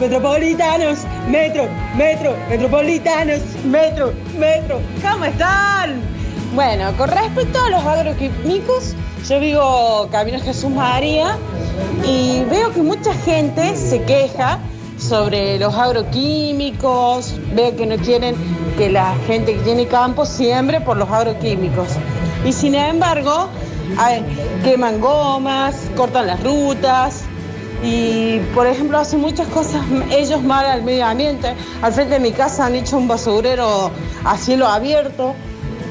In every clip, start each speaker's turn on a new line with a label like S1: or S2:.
S1: Metropolitanos, metro, metro, metropolitanos, metro, metro, ¿cómo están? Bueno, con respecto a los agroquímicos, yo vivo Camino Jesús María y veo que mucha gente se queja sobre los agroquímicos, veo que no quieren que la gente que tiene campo siembre por los agroquímicos. Y sin embargo, a ver, queman gomas, cortan las rutas y, por ejemplo, hacen muchas cosas ellos mal al medio ambiente. Al frente de mi casa han hecho un basurero a cielo abierto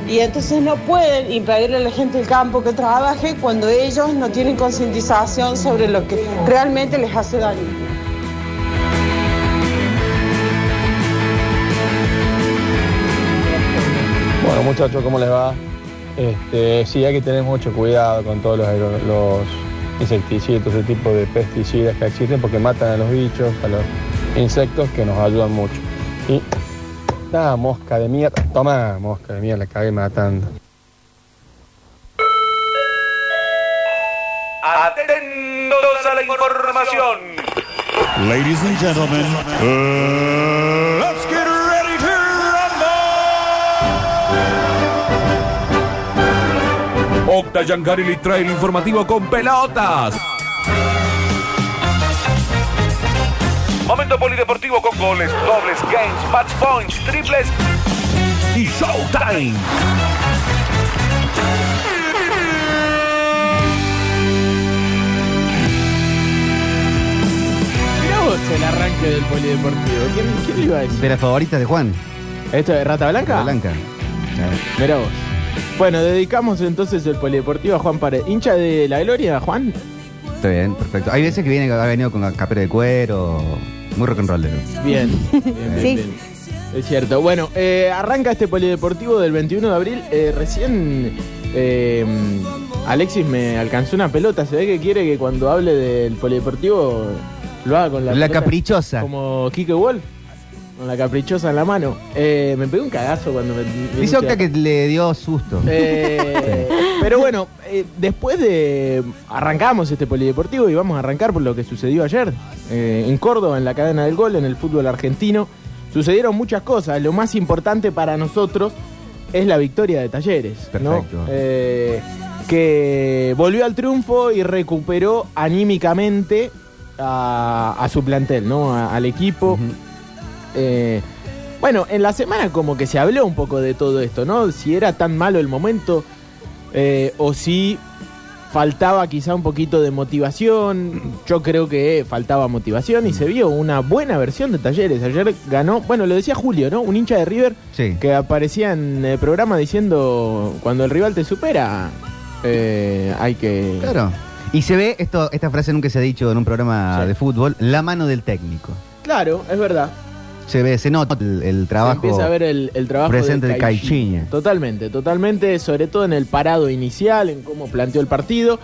S1: y entonces no pueden impedirle a la gente del campo que trabaje cuando ellos no tienen concientización sobre lo que realmente les hace daño.
S2: Bueno, muchachos, ¿cómo les va? Este, sí, hay que tener mucho cuidado con todos los, los insecticidas, ese tipo de pesticidas que existen porque matan a los bichos, a los insectos que nos ayudan mucho. Y nada, mosca de mierda, toma mosca de mierda, la cagué matando.
S3: Atentos a la información.
S4: Ladies and gentlemen, uh, let's get ready to rumble.
S3: Octa Yankari le trae el informativo con pelotas. Momento polideportivo con goles, dobles, games, match points, triples y showtime.
S5: Mirá vos el arranque del polideportivo. ¿Quién, quién iba a decir?
S6: De las favoritas de Juan.
S5: ¿Esto de Rata Blanca?
S6: La blanca.
S5: Mirá vos. Bueno, dedicamos entonces el polideportivo a Juan Paredes. ¿Hincha de la gloria, Juan?
S6: Está bien, perfecto. Hay veces que viene, ha venido con capera de cuero, muy rock and rollero.
S5: Bien, bien, bien, bien. Es cierto. Bueno, eh, arranca este polideportivo del 21 de abril. Eh, recién eh, Alexis me alcanzó una pelota. Se ve que quiere que cuando hable del polideportivo lo haga con la,
S6: La
S5: pelota
S6: caprichosa.
S5: Como Kike Wall. Con la caprichosa en la mano. Eh, me pegó un cagazo cuando me. me
S6: Dice Octa que le dio susto.
S5: Eh, pero bueno, eh, después de. Arrancamos este polideportivo y vamos a arrancar por lo que sucedió ayer eh, en Córdoba, en la cadena del gol, en el fútbol argentino. Sucedieron muchas cosas. Lo más importante para nosotros es la victoria de Talleres. ¿no?
S6: Perfecto.
S5: Eh, que volvió al triunfo y recuperó anímicamente a, a su plantel, ¿no? A- al equipo. Eh, bueno, en la semana como que se habló un poco de todo esto, ¿no? Si era tan malo el momento eh, o si faltaba quizá un poquito de
S6: Mm.
S5: motivación. Yo creo que faltaba motivación y se vio una buena versión de Talleres. Ayer ganó, bueno, lo decía Julio, ¿no? Un hincha de River
S6: Sí.
S5: que aparecía en el programa diciendo cuando el rival te supera eh, hay que...
S6: Claro. Y se ve, esto, esta frase nunca se ha dicho en un programa
S5: Sí.
S6: de fútbol, la mano del técnico.
S5: Claro, es verdad.
S6: Se ve, se nota el, el
S5: Se
S6: trabajo.
S5: empieza a ver eh, el, el trabajo
S6: presente de
S5: Caixinha.
S6: Caixinha.
S5: Totalmente, totalmente, sobre todo en el parado inicial, en cómo planteó el partido.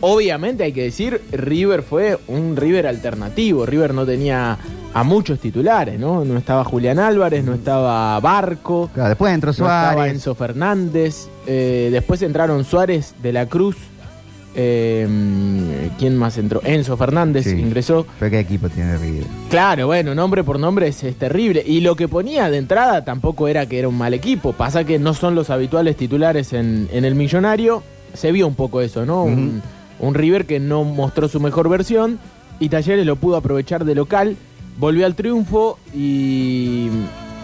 S5: Obviamente hay que decir, River fue un River alternativo. River no tenía a muchos titulares, ¿no? No estaba Julián Álvarez, no estaba Barco,
S6: Claro, después entró
S5: no estaba
S6: Suárez.
S5: Enzo Fernández. eh, después entraron Suárez de la Cruz. eh, ¿Quién más entró? Enzo Fernández
S6: Sí.
S5: ingresó.
S6: Pero qué equipo tiene River.
S5: Claro, bueno, nombre por nombre es, es terrible. Y lo que ponía de entrada tampoco era que era un mal equipo. Pasa que no son los habituales titulares en, en el Millonario. Se vio un poco eso, ¿no? un, un River que no mostró su mejor versión y Talleres lo pudo aprovechar de local. Volvió al triunfo y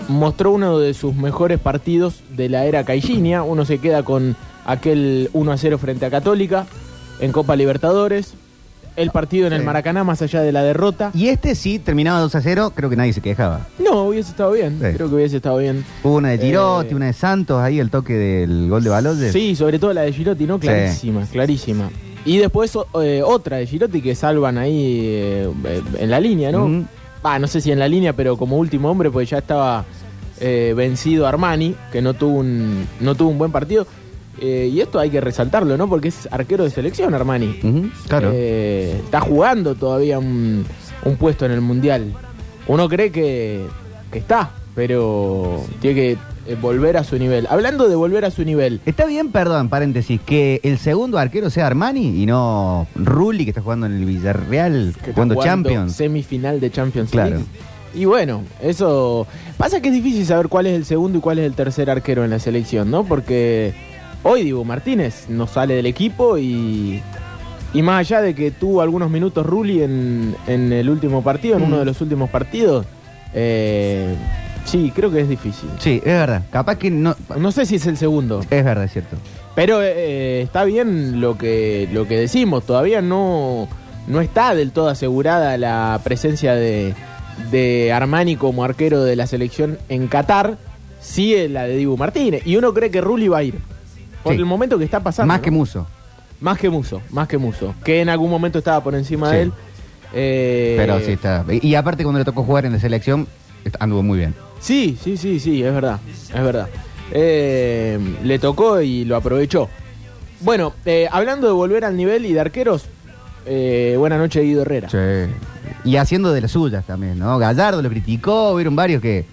S5: mostró uno de sus mejores partidos de la era Caixinha. Uno se queda con aquel 1 a 0 frente a Católica en Copa Libertadores. El partido en el
S6: Sí.
S5: Maracaná, más allá de la derrota.
S6: Y este sí, terminaba 2 a 0, creo que nadie se quejaba.
S5: No, hubiese estado bien.
S6: Sí.
S5: Creo que hubiese estado bien.
S6: Hubo una de Girotti,
S5: Eh,
S6: una de Santos, ahí el toque del gol de Baloyes.
S5: Sí, sobre todo la de Girotti, ¿no? Clarísima, clarísima. Y después o- eh, otra de Girotti que salvan ahí eh, eh, en la línea, ¿no?
S6: Ujú.
S5: Ah, no sé si en la línea, pero como último hombre, pues ya estaba eh, vencido Armani, que no tuvo un, no tuvo un buen partido. Eh, y esto hay que resaltarlo, ¿no? Porque es arquero de selección, Armani.
S6: Ujú, Claro.
S5: Eh, está jugando todavía un, un puesto en el mundial. Uno cree que, que está, pero tiene que eh, volver a su nivel. Hablando de volver a su nivel,
S6: Está bien, perdón, paréntesis, que el segundo arquero sea Armani y no Rulli, que está jugando en el Villarreal,
S5: que está
S6: jugando Champions.
S5: Semifinal de Champions
S6: Claro.
S5: League. Y bueno, eso. Pasa que es difícil saber cuál es el segundo y cuál es el tercer arquero en la selección, ¿no? Porque hoy Dibu Martínez no sale del equipo y. Y más allá de que tuvo algunos minutos Rulli en, en el último partido, en uno
S6: Mm.
S5: de los últimos partidos, eh, sí, creo que es difícil.
S6: Sí, es verdad. Capaz que no.
S5: No sé si es el segundo.
S6: Es verdad, es cierto.
S5: Pero eh, está bien lo que, lo que decimos, todavía no, no está del todo asegurada la presencia de, de Armani como arquero de la selección en Qatar, sí es la de Dibu Martínez. Y uno cree que Rulli va a ir. Por
S6: Sí.
S5: el momento que está pasando.
S6: Más
S5: ¿no?
S6: que Muso.
S5: más que Muso, más que Muso. Que en algún momento estaba por encima
S6: Sí.
S5: de él. Eh,
S6: Pero sí está. Y, y aparte, cuando le tocó jugar en la selección, est- anduvo muy bien.
S5: Sí, sí, sí, sí, es verdad, es verdad. Eh, le tocó y lo aprovechó. Bueno, eh, hablando de volver al nivel y de arqueros, eh, buena noche Guido Herrera.
S6: Y haciendo de las suyas también, ¿no? Gallardo lo criticó, hubieron varios que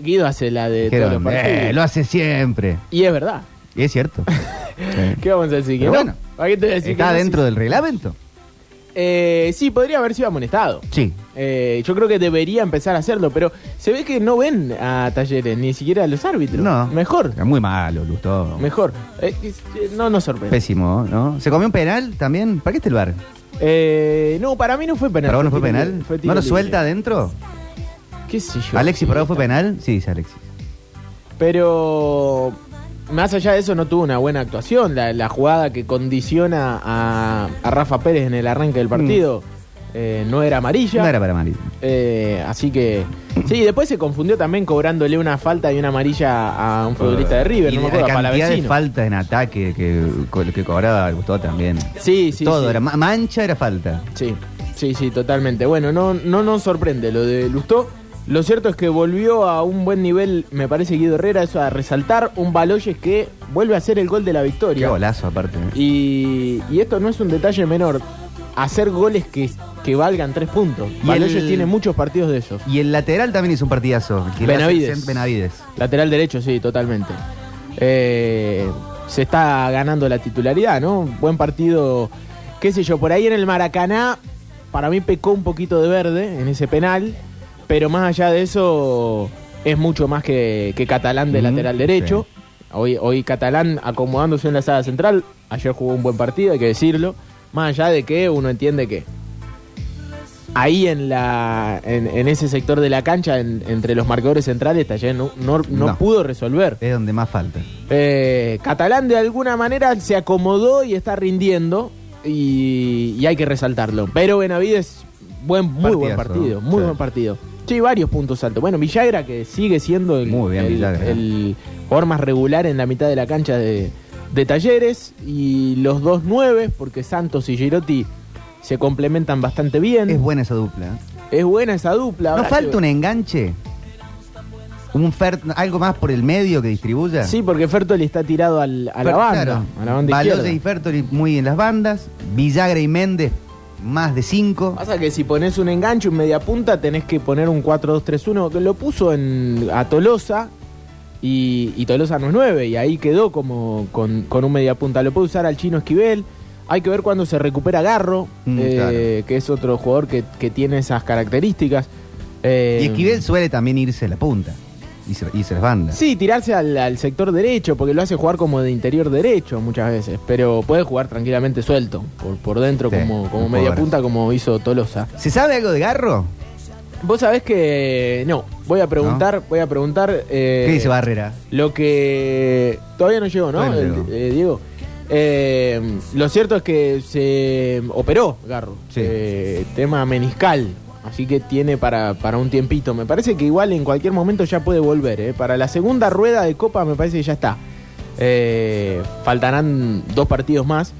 S5: Guido hace la de todos los
S6: dijeron, "Eh,
S5: partidos.
S6: lo hace siempre.
S5: Y es verdad.
S6: Y es cierto.
S5: ¿Qué vamos a decir? que
S6: Pero
S5: no?
S6: bueno,
S5: ¿A qué te voy a decir
S6: Está
S5: que no?
S6: dentro del reglamento.
S5: Eh, sí, podría haber sido amonestado.
S6: Sí.
S5: Eh, yo creo que debería empezar a hacerlo, pero se ve que no ven a talleres, ni siquiera a los árbitros.
S6: No.
S5: Mejor,
S6: Era Muy malo, Lustó.
S5: mejor. Eh, es- eh, no nos sorprende.
S6: Pésimo, ¿no? ¿Se comió un penal también? ¿Para qué está el bar?
S5: Eh, no, para mí no fue penal.
S6: ¿Para vos no fue
S5: tiro
S6: penal?
S5: libre, fue tiro
S6: ¿No lo
S5: libre.
S6: suelta adentro?
S5: ¿Qué sé yo?
S6: ¿Alexis,
S5: Sí,
S6: para vos fue
S5: está.
S6: penal? Sí, dice Alexis.
S5: Pero más allá de eso no tuvo una buena actuación. La, la jugada que condiciona a, a Rafa Pérez en el arranque del partido eh, no era amarilla.
S6: Mm. No era para Marito.
S5: Eh, así que... Sí, después se confundió también cobrándole una falta y una amarilla a un futbolista de River.
S6: Ah, Y
S5: No me
S6: la
S5: acuerdo,
S6: cantidad de
S5: Palavecino.
S6: faltas en ataque que, co- que cobraba Gustavo también.
S5: Sí, sí,
S6: Todo,
S5: sí.
S6: era ma- mancha era falta.
S5: Sí, sí, sí, totalmente. Bueno, no, no nos sorprende lo de Lustó. Lo cierto es que volvió a un buen nivel, me parece Guido Herrera, eso a resaltar un Baloyes que vuelve a hacer el gol de la
S6: Qué
S5: victoria.
S6: golazo aparte.
S5: Y, y esto no es un detalle menor, hacer goles que, que valgan tres puntos.
S6: Y
S5: Baloyes
S6: el-
S5: tiene muchos partidos de esos.
S6: Y el lateral también hizo un partidazo. que le hace
S5: Benavides.
S6: Benavides.
S5: Lateral derecho, sí, totalmente. Eh, se está ganando la titularidad, ¿no? Buen partido, qué sé yo, por ahí en el Maracaná, para mí pecó un poquito de verde en ese penal, pero más allá de eso, es mucho más que, que Catalán de
S6: Ujú,
S5: lateral derecho. Hoy, hoy Catalán acomodándose en la sala central, ayer jugó un buen partido, hay que decirlo, más allá de que uno entiende que ahí en la en, en ese sector de la cancha, en- entre los marcadores centrales, Taller no, no- no
S6: No.
S5: pudo resolver.
S6: Es donde más falta.
S5: Eh, Catalán de alguna manera se acomodó y está rindiendo y, y hay que resaltarlo. Pero Benavides, buen, muy buen
S6: Partidazo,
S5: partido, muy
S6: sí.
S5: buen partido. Sí, varios puntos altos. Bueno, Villagra que sigue siendo el,
S6: Muy bien,
S5: el-
S6: Villagra.
S5: el jugador más regular en la mitad de la cancha de, de Talleres y los dos nueve, porque Santos y Girotti se complementan bastante bien.
S6: Es buena esa dupla. ¿eh?
S5: Es buena esa dupla.
S6: ¿No
S5: habrá
S6: falta
S5: que-
S6: un enganche? Un fer- algo más por el medio que distribuya.
S5: Sí, porque Fertoli está tirado al, a la
S6: Fer-
S5: banda.
S6: claro.
S5: A la banda
S6: Baloyes
S5: izquierda.
S6: y Fertoli muy en las bandas. Villagra y Méndez, más de cinco.
S5: Pasa que si pones un enganche, un media punta, tenés que poner un 4-2-3-1, que lo puso en, a Tolosa y, y Tolosa no es 9, y ahí quedó como con, con un media punta. Lo puede usar al chino Esquivel. Hay que ver cuando se recupera Garro,
S6: Mm,
S5: eh,
S6: claro.
S5: que es otro jugador que, que tiene esas características. Eh,
S6: Y Esquivel suele también irse a la punta. Irse, irse a las bandas.
S5: Sí, tirarse al, al sector derecho, porque lo hace jugar como de interior derecho muchas veces, pero puede jugar tranquilamente suelto, por, por dentro
S6: Sí,
S5: como, como
S6: un
S5: media
S6: jugadorazo.
S5: punta, como hizo Tolosa.
S6: ¿Se sabe algo de Garro?
S5: Vos sabés que no, voy a preguntar, voy a preguntar eh,
S6: ¿Qué dice Barrera?
S5: lo que todavía no llegó, ¿no?
S6: Todavía no
S5: El-
S6: llegó.
S5: eh, Diego. Eh, lo cierto es que se operó Garro,
S6: Sí.
S5: Eh, tema meniscal, así que tiene para, para un tiempito. Me parece que igual en cualquier momento ya puede volver, ¿eh? Para la segunda rueda de Copa me parece que ya está. Eh, faltarán dos partidos más.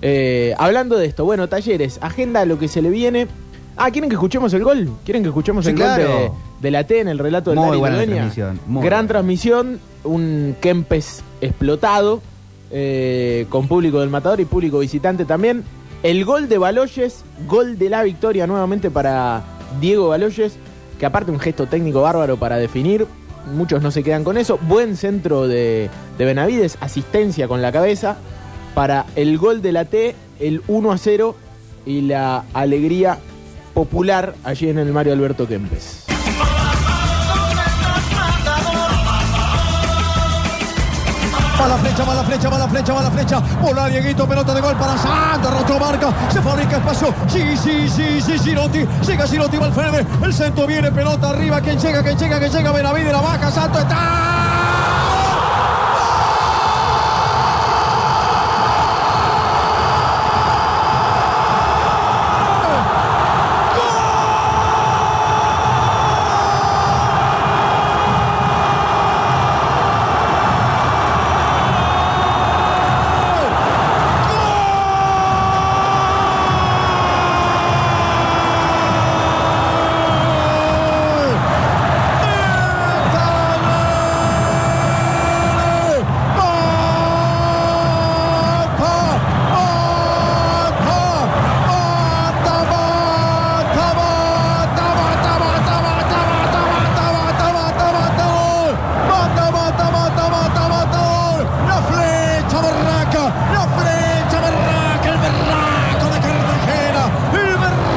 S5: Eh, hablando de esto, bueno, talleres, agenda, lo que se le viene. Ah, ¿quieren que escuchemos el gol? ¿Quieren que escuchemos
S6: Sí,
S5: el
S6: claro.
S5: gol de, de la T en el relato del
S6: Muy
S5: Dari
S6: buena la
S5: Dueña?
S6: transmisión, muy
S5: Gran
S6: buena.
S5: transmisión, un Kempes explotado, eh, con público del Matador y público visitante también. El gol de Baloyes, gol de la victoria nuevamente para Diego Baloyes, que aparte un gesto técnico bárbaro para definir, muchos no se quedan con eso. Buen centro de, de Benavides, asistencia con la cabeza para el gol de la T, el 1 a 0 y la alegría popular allí en el Mario Alberto Kempes.
S7: Va la flecha, va la flecha, va la flecha, va la flecha. Bola Dieguito, pelota de gol para Santos. Rostro marca, se fabrica espacio. Sí, sí, sí, sí, Girotti. Llega Girotti, Valverde. El centro viene, pelota arriba. Quien llega, quien llega, quien llega. Benavide, la baja. Santos está. este este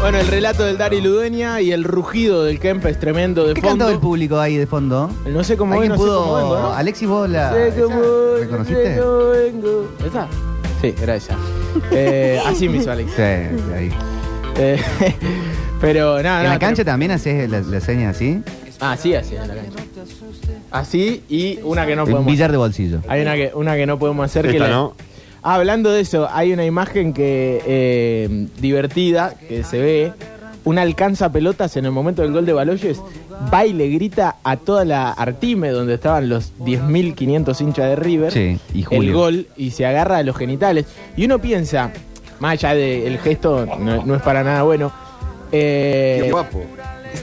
S5: Bueno, el relato del Dari Ludueña y el rugido del Kempes tremendo de
S6: ¿Qué
S5: fondo.
S6: cantó el público ahí de fondo?
S5: No sé cómo
S6: ¿Alguien
S5: vengo,
S6: pudo?
S5: no sé cómo vengo, ¿no?
S6: Alexis, vos la.
S5: Sé
S6: esa,
S5: cómo vengo, sé
S6: ¿Reconociste?
S5: cómo vengo. ¿Esa? Sí, era esa. Eh, así me hizo Alex.
S6: Sí, ahí.
S5: Eh, Ah, pero nada,
S6: ¿En
S5: nada,
S6: la cancha también haces la, la seña así?
S5: pero- Ah, sí, así, en la cancha. Así y una que no
S6: El
S5: podemos
S6: billar de bolsillo.
S5: Hay una que, una que no podemos hacer que
S8: Esta
S5: la-
S8: no.
S5: Ah, hablando de eso, hay una imagen que eh, divertida que se ve. Una alcanza pelotas en el momento del gol de Baloyes. Va y le grita a toda la Artime, donde estaban los 10.500 hinchas de River,
S6: Sí, y
S5: el
S6: Julio.
S5: gol y se agarra de los genitales. Y uno piensa, más allá del gesto, no, no es para nada bueno. eh,
S8: Qué guapo.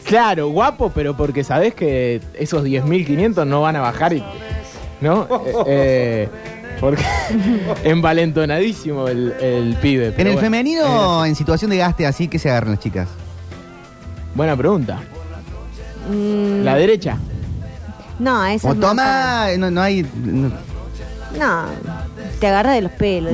S5: Claro, guapo, pero porque sabés que esos 10.500 no van a bajar, y- ¿no? Eh, eh, porque envalentonadísimo el, el pibe.
S6: ¿En
S5: pero
S6: el
S5: bueno.
S6: femenino, en situación de gaste así, qué se agarran las chicas?
S5: Buena pregunta.
S9: Mm.
S5: La derecha.
S9: No, eso
S6: Como toma, no, no hay. no-
S9: No, te agarra de los pelos.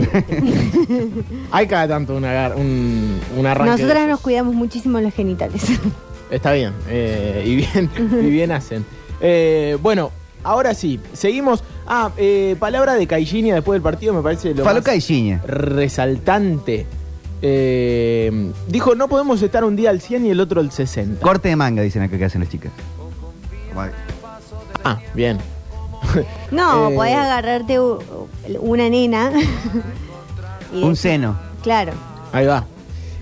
S5: Hay cada tanto un, agar- un, un arranque. de
S9: Nosotras nos
S5: esos.
S9: cuidamos muchísimo los genitales.
S5: Está bien, eh, y bien, y bien hacen. Eh, bueno, ahora sí, seguimos. Ah, eh, palabra de Caillinia después del partido me parece lo más-
S6: Faloca y chiña.
S5: resaltante. Eh, dijo, no podemos estar un día al 100 y el otro al 60.
S6: Corte de manga, dicen acá que hacen las chicas. Como-
S5: ah, bien.
S9: No,
S5: Eh.
S9: podés agarrarte u- una nena. y
S6: Un
S9: decir-
S6: seno.
S9: Claro.
S5: Ahí va.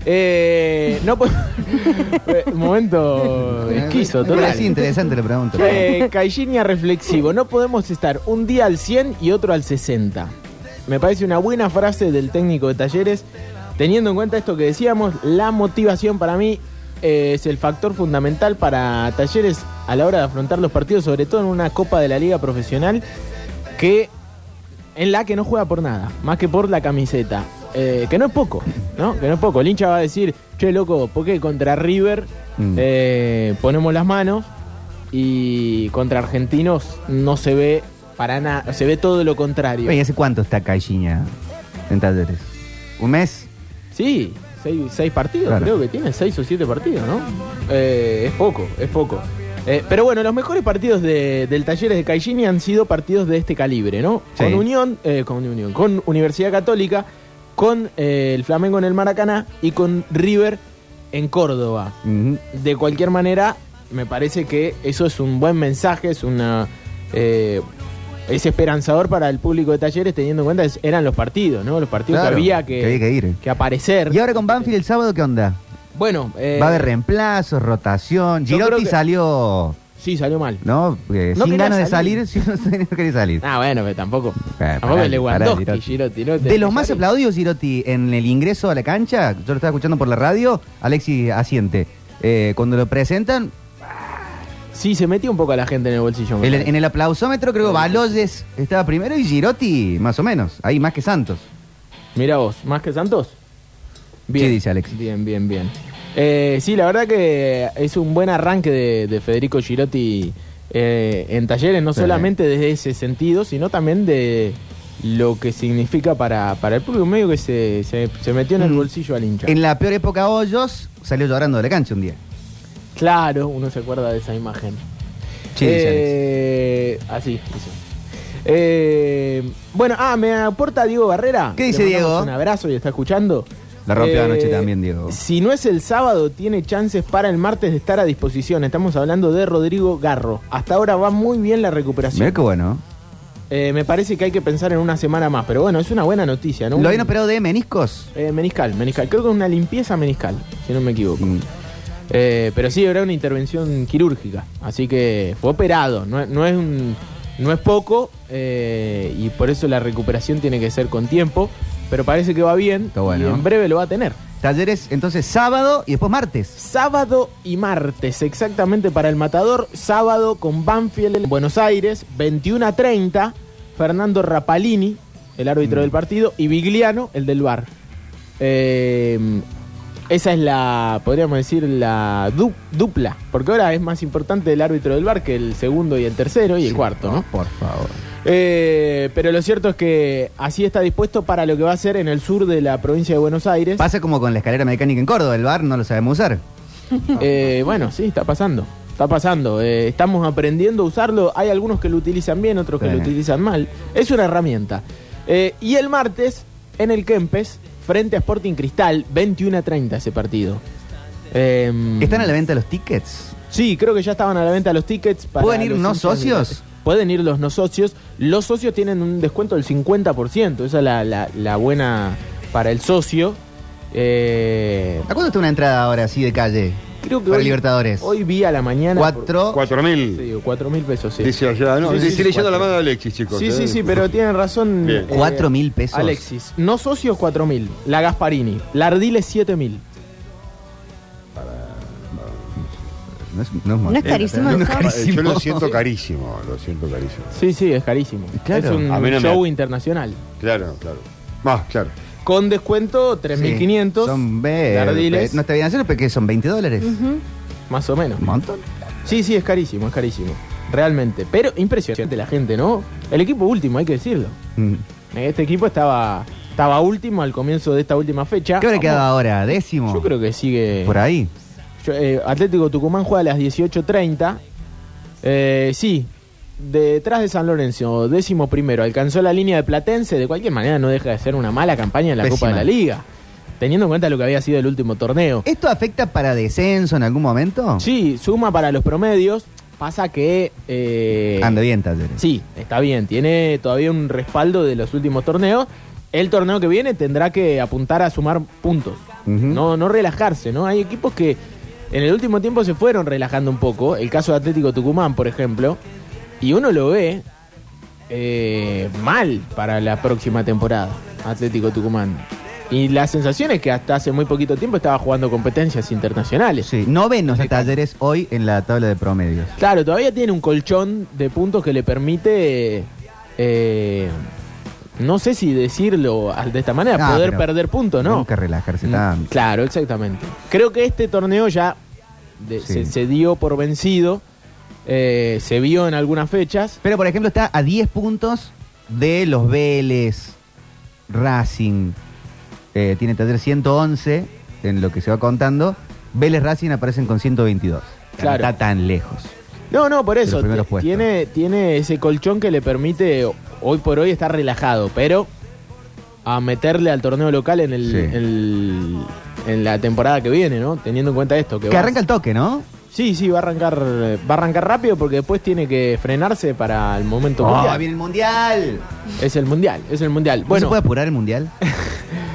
S5: Eh, no po- Eh, Momento esquizo,
S6: Me parece
S5: total.
S6: interesante la pregunta.
S5: Eh, Caillinia reflexivo, no podemos estar un día al 100 y otro al 60. Me parece una buena frase del técnico de talleres, teniendo en cuenta esto que decíamos, la motivación para mí eh, es el factor fundamental para talleres a la hora de afrontar los partidos, sobre todo en una Copa de la Liga Profesional que en la que no juega por nada, más que por la camiseta. Eh, que no es poco, ¿no? Que no es poco. El hincha va a decir, che, loco, ¿por qué contra River
S6: Mm.
S5: eh, ponemos las manos y contra Argentinos no se ve para nada, se ve todo lo contrario?
S6: Oye, ¿hace cuánto está Caixinha en talleres? ¿Un mes?
S5: Sí, seis, seis partidos,
S6: Claro.
S5: creo que tiene seis o siete partidos, ¿no? Eh, es poco, es poco. Eh, pero bueno, los mejores partidos de- del Talleres de Caillini han sido partidos de este calibre, ¿no?
S6: Sí.
S5: Con Unión, eh, con Unión, con Universidad Católica, con eh, el Flamengo en el Maracaná y con River en Córdoba.
S6: Ujú.
S5: De cualquier manera, me parece que eso es un buen mensaje, es una eh, es esperanzador para el público de Talleres teniendo en cuenta que eran los partidos, ¿no? Los partidos
S6: Claro,
S5: que había que,
S6: que había que ir.
S5: aparecer.
S6: Y ahora con Banfield el sábado, ¿qué onda?
S5: Bueno, eh,
S6: Va a haber reemplazos, rotación.
S5: yo creo
S6: Girotti
S5: que-
S6: salió,
S5: sí, salió mal.
S6: ¿no? Eh,
S5: No
S6: sin
S5: quería
S6: ganas de
S5: salir.
S6: salir, sí, no sé, no quería salir.
S5: Ah, bueno, pero tampoco.
S6: Eh, pará,
S5: tampoco el
S6: pará,
S5: Lewandowski,
S6: Girotti.
S5: Girotti, ¿no?
S6: De los más aplaudidos, Girotti, en el ingreso a la cancha, yo lo estaba escuchando por la radio, Alexis asiente. Eh, cuando lo presentan,
S5: Sí, se metió un poco a la gente en el bolsillo. me
S6: el-
S5: parece.
S6: en el aplausómetro creo que Baloyes estaba primero y Girotti, más o menos. Ahí más que Santos.
S5: Mira vos, ¿más que Santos?
S6: Sí, dice Alexis.
S5: Bien, bien, bien. Eh, sí, la verdad que es un buen arranque de, de Federico Girotti eh, en talleres, no
S6: Sí.
S5: solamente desde ese sentido, sino también de lo que significa para, para el público medio que se, se, se metió en el
S6: Mm.
S5: bolsillo al hincha.
S6: En la peor época Hoyos salió llorando de la cancha un día.
S5: Claro, uno se acuerda de esa imagen.
S6: Sí, dice Alexis.
S5: Eh, así, dice. Eh, bueno, ah, me aporta Diego Barrera.
S6: ¿Qué
S5: Le
S6: dice
S5: mandamos
S6: Diego?
S5: Un abrazo y está escuchando. Eh,
S6: La rompió anoche también, Diego.
S5: Si no es el sábado, tiene chances para el martes de estar a disposición. Estamos hablando de Rodrigo Garro. Hasta ahora va muy bien la recuperación.
S6: Mirá qué bueno.
S5: Eh, me parece que hay que pensar en una semana más, pero bueno, es una buena noticia, ¿no?
S6: ¿Lo habían operado de meniscos?
S5: Eh, meniscal, meniscal. Creo que una limpieza meniscal, si no me equivoco.
S6: Mm.
S5: Eh, pero sí, era una intervención quirúrgica. Así que fue operado. No, no es, un- no es poco eh, y por eso la recuperación tiene que ser con tiempo. Pero parece que va bien
S6: Está bueno.
S5: y en breve lo va a tener.
S6: Talleres, entonces sábado y después martes.
S5: Sábado y martes, exactamente para el Matador. Sábado con Banfield en Buenos Aires, 21 a 30. Fernando Rapalini, el árbitro del partido, y Vigliano, el del bar. Eh, esa es la, podríamos decir, la du- dupla. Porque ahora es más importante el árbitro del bar que el segundo y el tercero y el cuarto, ¿no?
S6: Por favor.
S5: Eh, pero lo cierto es que así está dispuesto para lo que va a ser en el sur de la provincia de Buenos Aires.
S6: Pasa como con la escalera mecánica en Córdoba, el bar no lo sabemos usar.
S5: Eh, bueno, sí, está pasando. Está pasando. Eh, estamos aprendiendo a usarlo. Hay algunos que lo utilizan bien, otros que
S6: Sí.
S5: lo utilizan mal. Es una herramienta. Eh, y el martes, en el Kempes, frente a Sporting Cristal, 21 a 30 ese partido. Em,
S6: ¿Están a la venta los tickets?
S5: Sí, creo que ya estaban a la venta los tickets. para
S6: ¿Pueden ir
S5: los
S6: no
S5: hinchas de
S6: socios?
S5: Talleres. Pueden ir los no socios. Los socios tienen un descuento del 50%. Esa es la, la- la buena para el socio. Eh,
S6: ¿A cuánto está una entrada ahora así de calle?
S5: creo que
S6: Para
S5: hoy-
S6: Libertadores.
S5: Hoy vi a la mañana. por-
S6: Cuatro.
S8: Cuatro mil.
S5: Sí, 4 mil pesos, sí.
S8: Dice allá. No,
S5: Sí, sí,
S8: estoy
S5: sí,
S8: leyendo la
S5: cuatro.
S8: mano de Alexis, chicos.
S5: Sí,
S8: eh.
S5: sí, sí, pero tienen razón. eh,
S8: Bien.
S6: ¿Cuatro mil pesos?
S5: Alexis, no socios 4 mil. La Gasparini. La Ardile 7 mil.
S6: No es, no es
S9: No es carísimo,
S6: No
S9: ¿no?
S6: es
S8: Eh,
S6: carísimo.
S8: Yo lo siento carísimo, lo siento carísimo.
S5: Sí, sí, es carísimo.
S6: Claro.
S5: Es un
S8: A mí no me-
S5: show internacional.
S8: Claro, claro. Más, claro.
S5: Con descuento, 3.500.
S6: Sí, Son ve-
S5: La Ardiles,
S6: ve- No está bien hacerlo, pero que son 20 dólares.
S5: más o menos.
S6: Un montón.
S5: Sí, sí, es carísimo, es carísimo. Realmente. Pero impresionante la gente, ¿no? El equipo último, hay que decirlo.
S6: Mm.
S5: Este equipo estaba, estaba último al comienzo de esta última fecha.
S6: ¿Qué habrá quedado ahora? ¿Décimo?
S5: Yo creo que sigue.
S6: Por ahí.
S5: Yo, eh, Atlético Tucumán juega a las 18.30. Eh, sí, detrás de San Lorenzo, décimo primero. Alcanzó la línea de Platense. De cualquier manera, no deja de ser una mala campaña en la
S6: Pésima. Eh.
S5: Copa de la Liga. Teniendo en cuenta lo que había sido el último torneo.
S6: ¿Esto afecta para descenso en algún momento?
S5: Sí, suma para los promedios. Pasa que. eh,
S6: Anda bien, Talleres.
S5: Sí, está bien. Tiene todavía un respaldo de los últimos torneos. El torneo que viene tendrá que apuntar a sumar puntos.
S6: Ujú.
S5: No, no relajarse, ¿no? Hay equipos que en el último tiempo se fueron relajando un poco. El caso de Atlético Tucumán, por ejemplo. Y uno lo ve eh, mal para la próxima temporada, Atlético Tucumán. Y la sensación es que hasta hace muy poquito tiempo estaba jugando competencias internacionales.
S6: Sí, novenos de Talleres hoy en la tabla de promedios.
S5: Claro, todavía tiene un colchón de puntos que le permite, eh, no sé si decirlo al- de esta manera,
S6: Ah,
S5: poder
S6: pero
S5: perder puntos, ¿no?
S6: Nunca relajarse
S5: Mm,
S6: tanto.
S5: Claro, exactamente. Creo que este torneo ya de-
S6: Sí.
S5: se, se dio por vencido, eh, se vio en algunas fechas.
S6: Pero, por ejemplo, está a 10 puntos de los Vélez, Racing. Eh, tiene taller 111 en lo que se va contando. Vélez Racing aparecen con 122.
S5: Claro.
S6: No está tan lejos.
S5: No, no, por eso.
S6: los primeros
S5: t-
S6: puestos.
S5: Tiene, tiene ese colchón que le permite o- hoy por hoy estar relajado, pero a meterle al torneo local en el,
S6: Sí.
S5: en, el- en la temporada que viene, ¿no? Teniendo en cuenta esto. Que,
S6: Que
S5: va-
S6: arranca el toque, ¿no?
S5: Sí, sí, va a arrancar, eh, va a arrancar rápido porque después tiene que frenarse para el momento
S6: Ah,
S5: mundial.
S6: viene el mundial.
S5: Es el mundial, es el mundial.
S6: Bueno. ¿No se
S5: Bueno,
S6: puede apurar el mundial?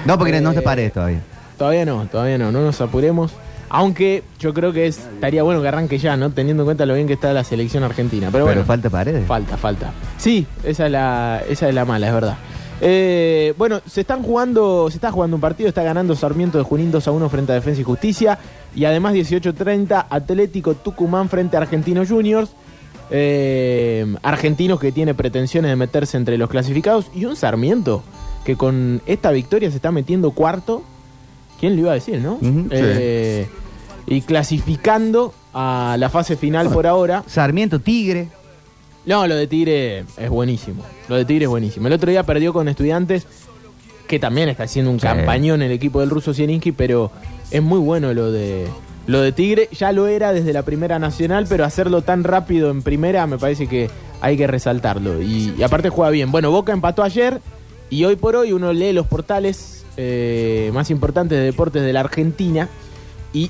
S6: No, porque no te
S5: Eh,
S6: pares todavía.
S5: todavía no, todavía no, no nos apuremos. Aunque yo creo que es, estaría bueno que arranque ya, ¿no? Teniendo en cuenta lo bien que está la selección argentina. Pero
S6: Pero,
S5: bueno,
S6: falta paredes.
S5: Falta, falta. Sí, esa es la, esa es la mala, es verdad. Eh, bueno, se están jugando, se está jugando un partido, está ganando Sarmiento de Junín 2 a 1 frente a Defensa y Justicia. Y además 18-30, Atlético Tucumán frente a Argentinos Juniors. Eh, argentinos que tiene pretensiones de meterse entre los clasificados. Y un Sarmiento que con esta victoria se está metiendo cuarto. ¿Quién lo iba a decir, no?
S6: Ujú, sí.
S5: Eh, Y clasificando a la fase final por ahora.
S6: Sarmiento, Tigre.
S5: No, lo de Tigre es buenísimo. Lo de Tigre es buenísimo. El otro día perdió con Estudiantes, que también está haciendo un
S6: Sí.
S5: campañón el equipo del ruso Zielinski, pero es muy bueno lo de lo de Tigre. Ya lo era desde la Primera Nacional, pero hacerlo tan rápido en Primera me parece que hay que resaltarlo. Y, y aparte juega bien. Bueno, Boca empató ayer y hoy por hoy uno lee los portales eh, más importantes de deportes de la Argentina y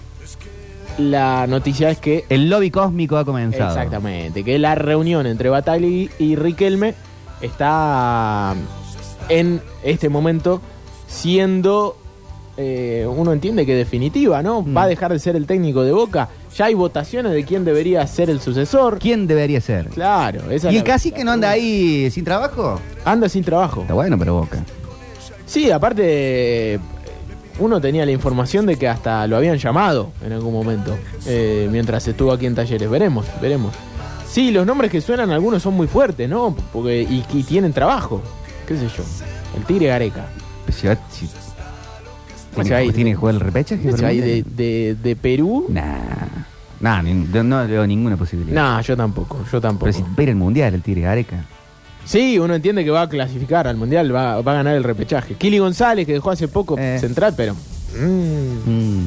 S5: la noticia es que
S6: El lobby cósmico ha comenzado.
S5: Exactamente, que la reunión entre Batagli y Riquelme está en este momento siendo, eh, uno entiende que definitiva, ¿no?
S6: Mm.
S5: Va a dejar de ser el técnico de Boca. Ya hay votaciones de quién debería ser el sucesor.
S6: ¿Quién debería ser?
S5: Claro, esa es
S6: ¿Y
S5: la-
S6: el cacique no anda ahí sin trabajo?
S5: Anda sin trabajo.
S6: Está bueno, pero Boca.
S5: Sí, aparte eh, uno tenía la información de que hasta lo habían llamado en algún momento, eh, mientras estuvo aquí en talleres. Veremos, veremos. Sí, los nombres que suenan algunos son muy fuertes, ¿no? Porque, y, y tienen trabajo, qué sé yo. El Tigre Gareca.
S6: Si va- si-
S5: Se va a
S6: ¿Tiene,
S5: ir.
S6: tiene que jugar el repechaje?
S5: Se va ahí de, de- de Perú. No,
S6: Nah. Nah, ni- no, no veo ninguna posibilidad.
S5: yo tampoco, yo tampoco.
S6: Pero si va a ir al mundial el Tigre Gareca.
S5: Sí, uno entiende que va a clasificar al Mundial, va, va a ganar el repechaje. Kili González, que dejó hace poco
S6: Eh.
S5: central, pero... mm,
S6: Mm.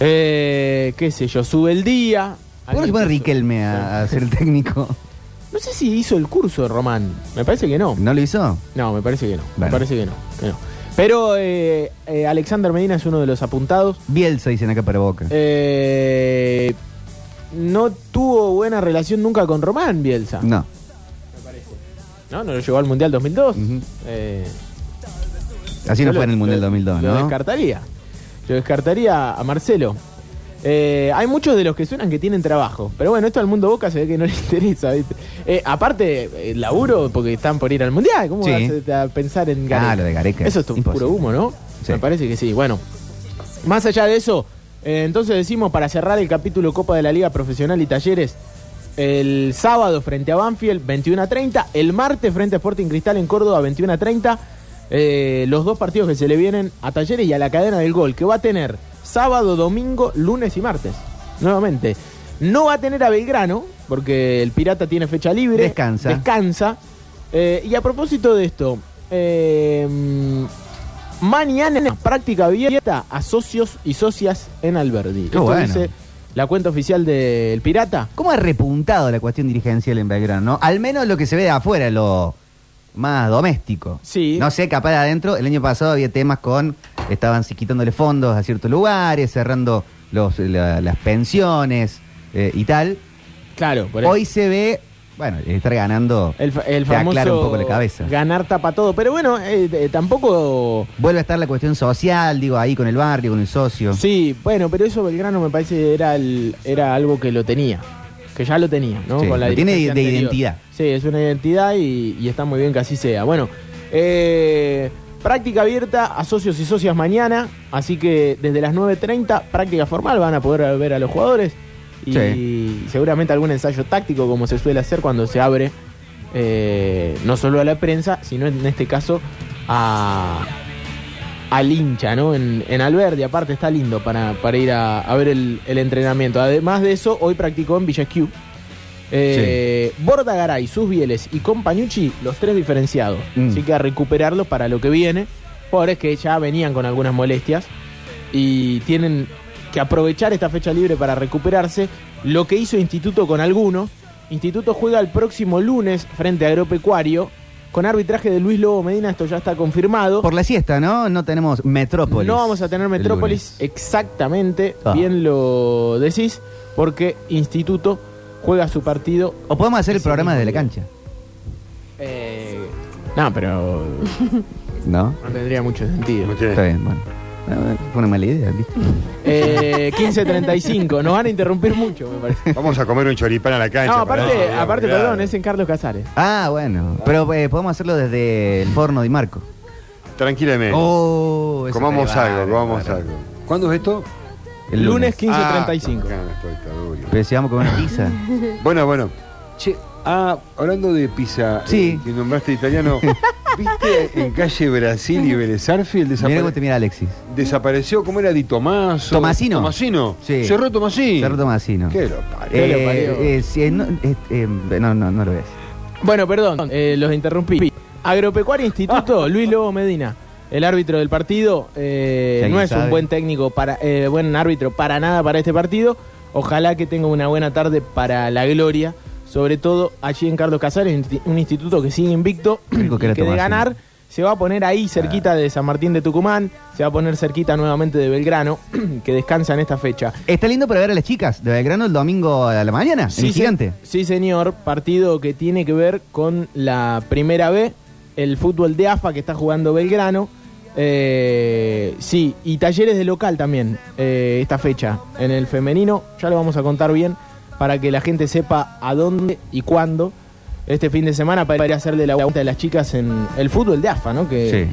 S5: eh, qué sé yo, sube el día.
S6: ¿Por qué no se pone Riquelme a, a ser el técnico?
S5: No sé si hizo el curso de Román. Me parece que no.
S6: ¿No lo hizo?
S5: No, me parece que no. Me
S6: Bueno.
S5: parece que no. que no. Pero eh, eh, Alexander Medina es uno de los apuntados.
S6: Bielsa dicen acá para Boca.
S5: Eh, no tuvo buena relación nunca con Román Bielsa.
S6: No.
S5: No, no lo llevó al Mundial 2002.
S6: Ujú.
S5: Eh,
S6: Así no
S5: yo
S6: fue en
S5: lo-
S6: el Mundial
S5: lo-
S6: 2002,
S5: Lo
S6: ¿no?
S5: descartaría. Lo descartaría a Marcelo. Eh, hay muchos de los que suenan que tienen trabajo. Pero bueno, esto al mundo boca se ve que no le interesa, ¿viste? Eh, aparte, el laburo, porque están por ir al mundial. ¿Cómo
S6: Sí.
S5: vas a, a pensar en Gareca?
S6: Ah, lo de Gareca.
S5: Eso es tu-
S6: Imposible.
S5: puro humo, ¿no?
S6: Sí.
S5: Me parece que sí. Bueno, más allá de eso, eh, entonces decimos para cerrar el capítulo Copa de la Liga Profesional y Talleres. El sábado frente a Banfield, 21 a 30. El martes frente a Sporting Cristal en Córdoba, 21 a 30. Eh, los dos partidos que se le vienen a Talleres y a la cadena del gol, que va a tener sábado, domingo, lunes y martes. Nuevamente. No va a tener a Belgrano, porque el Pirata tiene fecha libre.
S6: Descansa.
S5: Descansa. Eh, y a propósito de esto, eh, Mañana en práctica abierta a socios y socias en Alberdi. Esto
S6: bueno.
S5: dice la cuenta oficial del Pirata.
S6: ¿Cómo ha repuntado la cuestión dirigencial en Belgrano? no? Al menos lo que se ve de afuera, lo más doméstico.
S5: Sí.
S6: No sé, capaz de adentro. El año pasado había temas con. Estaban si- quitándole fondos a ciertos lugares, cerrando los, la- las pensiones eh, y tal.
S5: Claro, por eso.
S6: Hoy se ve. Bueno, estar ganando.
S5: el, fa- el
S6: te
S5: famoso
S6: aclara un poco la cabeza.
S5: ganar tapa todo. Pero bueno, eh, eh, tampoco...
S6: Vuelve a estar la cuestión social, digo, ahí con el barrio, con el socio.
S5: Sí, bueno, pero eso Belgrano me parece era el- era algo que lo tenía, que ya lo tenía, ¿no?
S6: Sí, lo tiene
S5: dirigencia
S6: de
S5: anterior.
S6: identidad.
S5: Sí, es una identidad y, y está muy bien que así sea. Bueno, eh, práctica abierta a socios y socias mañana, así que desde las 9.30, práctica formal, van a poder ver a los jugadores y seguramente algún ensayo táctico como se suele hacer cuando se abre eh, no solo a la prensa, sino en este caso a, al hincha, ¿no? En, en Alberdi, aparte está lindo para, para ir a, a ver el, el entrenamiento. Además de eso, hoy practicó en Villa Q. Eh, Bordagaray, Susbieles y Compañucci, los tres diferenciados.
S6: Mm.
S5: Así que a recuperarlos para lo que viene. Pobres que ya venían con algunas molestias y tienen que aprovechar esta fecha libre para recuperarse, lo que hizo Instituto con algunos. Instituto juega el próximo lunes frente a Agropecuario con arbitraje de Luis Lobo Medina, esto ya está confirmado.
S6: Por la siesta, ¿no? No tenemos Metrópolis.
S5: No vamos a tener
S6: el
S5: Metrópolis
S6: lunes.
S5: exactamente,
S6: Ah.
S5: bien lo decís, porque Instituto juega su partido.
S6: O podemos hacer el
S5: Sí,
S6: programa
S5: sí.
S6: desde la cancha,
S5: eh, no, pero
S6: ¿no?
S5: no tendría mucho sentido.
S8: Ok.
S6: Está bien, bueno. No, Fue una mala idea, listo.
S5: Eh, 15.35, nos van a interrumpir mucho, me parece.
S8: Vamos a comer un choripán a la cancha.
S5: No, aparte,
S8: parece.
S5: aparte
S8: Claro.
S5: perdón, es en Carlos Casares.
S6: Ah, bueno. Pero eh, podemos hacerlo desde el forno de Marco.
S8: Tranquilamente.
S6: Oh, eso
S8: comamos
S6: estaría
S8: algo,
S6: bárbaro,
S8: comamos
S6: bárbaro.
S8: algo. ¿Cuándo es esto?
S6: El
S5: Lunes
S6: lunes.
S5: 15.35.
S8: Ah, no, estoy cadurio.
S6: Pero si vamos con una pizza.
S8: Bueno, bueno. Che, ah, hablando de pizza,
S6: Sí.
S8: eh, que nombraste italiano, ¿viste en calle Brasil y Belezarfield
S6: Mira cómo te mira Alexis.
S8: desapareció? ¿Cómo era Di Tomaso?
S6: Tomasino.
S8: Tomasino.
S6: Sí.
S8: Cerró Tomasino.
S6: Cerro Tomasino.
S8: ¿Qué lo parió?
S5: ¿Qué le parió?
S6: Eh, eh, si- eh, no, eh, eh, no, no, no lo ves.
S5: Bueno, perdón, eh, los interrumpí. Agropecuario Instituto, Luis Lobo Medina. El árbitro del partido eh,
S6: Si alguien
S5: no es
S6: sabe.
S5: un buen técnico para eh, buen árbitro para nada para este partido. Ojalá que tenga una buena tarde para la gloria, sobre todo allí en Carlos Casares, un insti- un instituto que sigue invicto,
S6: Qué rico que
S5: y
S6: era
S5: que de
S6: Tomás,
S5: ganar se va a poner ahí cerquita de San Martín de Tucumán, se va a poner cerquita nuevamente de Belgrano, que descansa en esta fecha.
S6: Está lindo para ver a las chicas de Belgrano el domingo a la mañana. en el
S5: se-
S6: gigante.
S5: sí, señor. Partido que tiene que ver con la primera B, el fútbol de AFA que está jugando Belgrano. Eh, sí, y talleres de local también, eh, esta fecha, en el femenino. Ya lo vamos a contar bien para que la gente sepa a dónde y cuándo. Este fin de semana para ir a hacer de la vuelta de las chicas en el fútbol de AFA, ¿no? Que,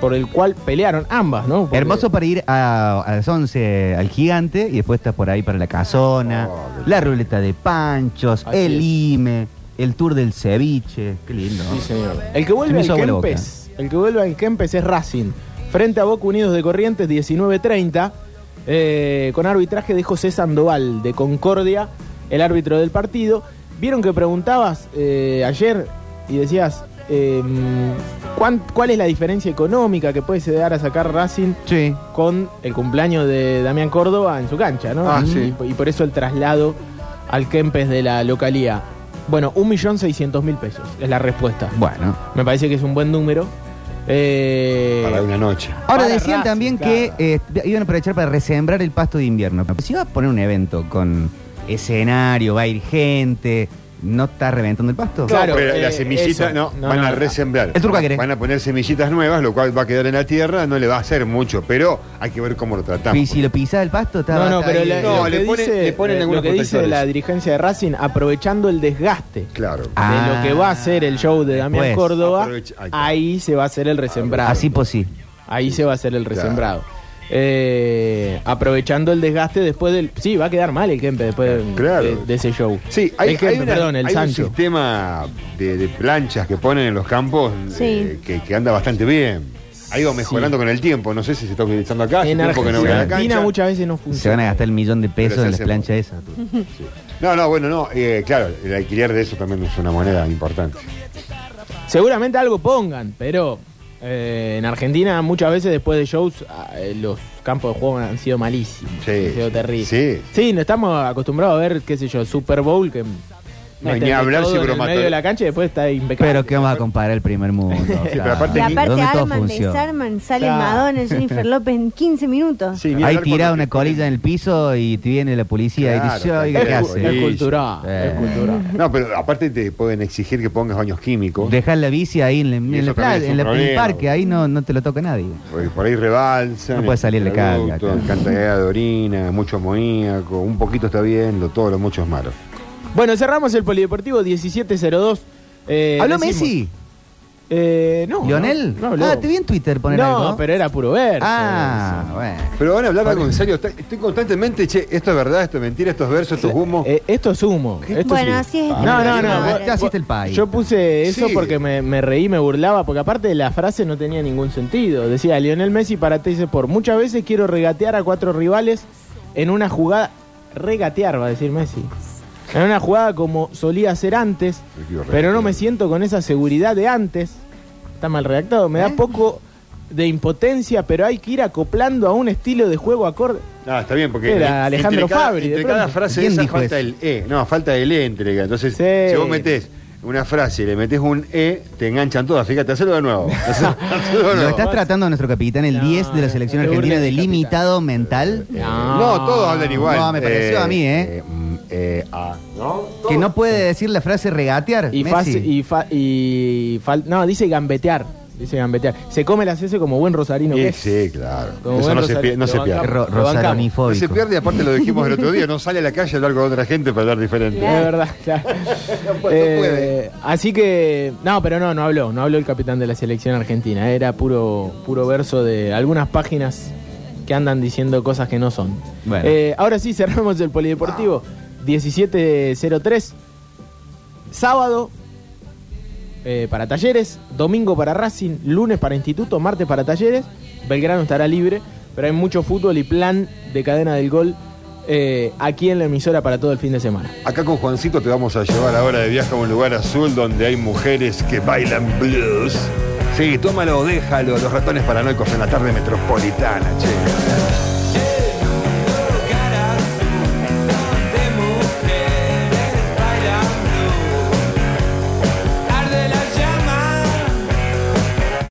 S5: Por el cual pelearon ambas, ¿no? Porque-
S6: Hermoso para ir a, a las 11 al gigante y después estás por ahí para la casona,
S8: Oh, qué
S6: la ruleta de panchos,
S5: Así
S6: el
S5: es.
S6: IME, el tour del ceviche. Qué lindo.
S5: Sí, señor. El que
S6: Ah. Se me
S5: vuelve
S6: hizo
S5: al
S6: agua la
S5: Kempes, el que vuelve al Kempes es Racing. Frente a Boca Unidos de Corrientes, 19.30, eh, con arbitraje de José Sandoval de Concordia, el árbitro del partido. Vieron que preguntabas eh, ayer y decías, eh, ¿cuán- ¿cuál es la diferencia económica que puede llegar a sacar Racing
S6: Sí.
S5: con el cumpleaños de Damián Córdoba en su cancha, ¿no?
S8: Ah,
S5: y,
S8: sí.
S5: y por eso el traslado al Kempes de la localía. Bueno, 1.600.000 pesos es la respuesta.
S6: Bueno.
S5: Me parece que es un buen número. Eh,
S8: Para una noche.
S5: Para
S6: Ahora decían
S5: Racing,
S6: también
S5: claro.
S6: que eh, iban a aprovechar para resembrar el pasto de invierno. Si va a poner un evento con escenario, va a ir gente, ¿no está reventando el pasto?
S5: Claro,
S8: pero
S5: eh,
S8: las semillitas
S5: eso.
S8: no,
S5: No,
S8: van
S5: no,
S8: a
S5: no.
S8: resembrar.
S6: El turco a querer.
S8: Van a poner semillitas nuevas, lo cual va a quedar en la tierra, no le va a hacer mucho, pero hay que ver cómo lo
S6: Y
S8: tratamos.
S6: si lo pisás el pasto, está
S5: No, no, pero
S6: está
S5: la-
S6: ahí.
S8: No,
S5: lo que
S8: le pone-
S5: dice,
S8: le ponen
S5: eh,
S8: algunos
S5: lo que dice
S8: protectores.
S5: la dirigencia de Racing, aprovechando el desgaste
S8: Claro.
S6: Ah.
S5: de lo que va a ser el show de Damián
S6: Pues,
S5: Córdoba,
S8: aprovecha- ahí está.
S5: ahí se va a hacer el resembrado.
S6: Así pues sí.
S5: Ahí se va a hacer el resembrado. Eh, aprovechando el desgaste después del. Sí, va a quedar mal el Kempe después de-
S8: Claro.
S5: de, de ese show.
S8: Sí, hay,
S5: el Kempe,
S8: hay una-
S5: perdón, el
S8: hay un
S5: Sancho.
S8: sistema de, de planchas que ponen en los campos
S9: Sí.
S8: eh, que, que anda bastante bien. Ha ido mejorando con el tiempo. No sé si se está utilizando acá. hace
S5: En
S8: tiempo que
S5: Argentina,
S8: no voy a la cancha.
S5: muchas veces no
S6: Se van a
S5: funciona.
S6: gastar el millón de
S8: Pero
S6: pesos
S8: se
S6: en las
S8: hace-
S6: planchas esas.
S8: No, no, bueno, no. eh, claro, el alquiler de eso también es una moneda importante.
S5: Seguramente algo pongan, pero eh, en Argentina muchas veces después de shows ah, eh, los campos de juego han sido malísimos.
S8: Sí,
S5: han sido
S8: sí,
S5: terribles.
S8: sí.
S5: no estamos acostumbrados a ver, qué sé yo, Super Bowl que.
S8: No,
S5: meten
S8: ni
S5: de
S8: hablar
S5: todo
S8: si
S5: en el
S8: bromato-
S5: medio de la cancha y después está impecable.
S6: Pero que vamos a comparar el primer mundo.
S8: pero aparte-
S9: Y aparte
S6: ¿Dónde todo
S9: arman,
S6: funciona?
S9: desarman, sale
S5: Claro.
S9: Madonna, Jennifer López en 15 minutos.
S8: Sí, ni
S6: Ahí
S8: hablar
S6: tirada
S8: cuando-
S6: una colilla en el piso y te viene la policía y dice,
S8: Claro,
S6: oiga, ¿qué
S8: también.
S5: es, cu- es
S6: hace?
S8: Sí.
S5: cultural,
S6: Eh.
S5: es cultural.
S8: No, pero aparte te pueden exigir que pongas baños químicos.
S6: Dejar la bici ahí en, la- en
S8: Y eso
S6: la
S8: también
S6: playa,
S8: es un
S6: en la- en el
S8: problema.
S6: parque, ahí no, no te lo toca nadie.
S8: Porque por ahí rebalsa.
S6: No puede salir la carga, claro.
S8: Cantidad de orina, mucho amoníaco. Un poquito está bien, lo todo, lo mucho es malo.
S5: Bueno, cerramos el Polideportivo 1702. Eh,
S6: ¿Habló
S5: decimos-
S6: Messi?
S5: Eh, no.
S6: ¿Lionel?
S5: No, no habló.
S6: ah, te vi en Twitter poner
S5: No,
S6: algo.
S5: pero era puro ver.
S6: Ah, bueno.
S8: Pero van a hablar algo en serio. Está- Estoy constantemente, che, esto es verdad, esto es mentira, estos versos, estos humos.
S6: eh.
S5: Eh, esto es humo. Esto es
S9: Bueno,
S5: humo.
S9: así es.
S5: No, no, no.
S9: Madre.
S5: vos-
S6: Ya hiciste
S5: vos-
S6: el país.
S5: Yo puse eso
S8: Sí.
S5: porque me, me reí, me burlaba, porque aparte la frase no tenía ningún sentido. Decía, Lionel Messi para Teis Sport, muchas veces quiero regatear a cuatro rivales en una jugada... Regatear, va a decir Messi. En una jugada como solía hacer antes,
S8: Me quiero regatear.
S9: ¿Eh?
S5: pero no me siento con esa seguridad de antes. Está mal redactado, me da poco de impotencia, pero hay que ir acoplando a un estilo de juego acorde.
S8: Ah, está bien, porque.
S5: Era
S8: eh,
S5: Alejandro
S8: entre cada-
S5: Fabri, de
S8: Entre cada
S5: pronto.
S8: frase
S6: ¿Quién
S8: esa
S6: dijo
S8: falta
S6: eso?
S8: el E. No, falta el E entrega. Entonces,
S5: Sí.
S8: si vos metés una frase y le metés un E, te enganchan todas. Fíjate, hacelo de nuevo. Hacelo- hacelo de
S6: Lo
S8: nuevo.
S6: estás tratando a nuestro capitán, el
S5: No,
S6: 10 de la selección
S5: te
S6: argentina
S5: burles
S6: de
S5: del
S6: limitado mental.
S8: No, todos hablan igual.
S6: No, me pareció a mí, ¿eh?
S8: mm, eh, ah, ¿no?
S6: Que no puede decir la frase regatear.
S5: Y,
S6: Messi.
S5: fase- y, fa- y fal- no, dice gambetear. Dice gambetear. Se come las S como buen rosarino. que
S8: Y
S5: es.
S8: sí, claro.
S5: Como
S8: Eso
S5: buen
S8: no se,
S5: rosari-
S8: pierde, no
S5: lo
S8: se
S5: bancamos.
S6: Qué
S8: pierde.
S6: ro-
S5: Lo
S8: No
S5: bancamos.
S8: se
S6: rosaronifóbico.
S8: pierde, aparte lo dijimos el otro día, no sale a la calle a hablar con otra gente para hablar diferente.
S5: Es verdad, claro.
S8: puede, no puede.
S5: Eh, así que. No, pero no, no habló. No habló el capitán de la selección argentina. Era puro, puro verso de algunas páginas que andan diciendo cosas que no son.
S6: Bueno.
S5: Eh, ahora sí, cerramos el polideportivo. 17.03. Sábado. eh, para talleres, domingo para Racing, lunes para Instituto, martes para talleres. Belgrano estará libre, pero hay mucho fútbol y plan de cadena del gol eh, aquí en la emisora para todo el fin de semana.
S8: Acá con Juancito te vamos a llevar ahora de viaje a un lugar azul donde hay mujeres que bailan blues. Sí, tómalo, déjalo, los ratones paranoicos en la tarde metropolitana, che.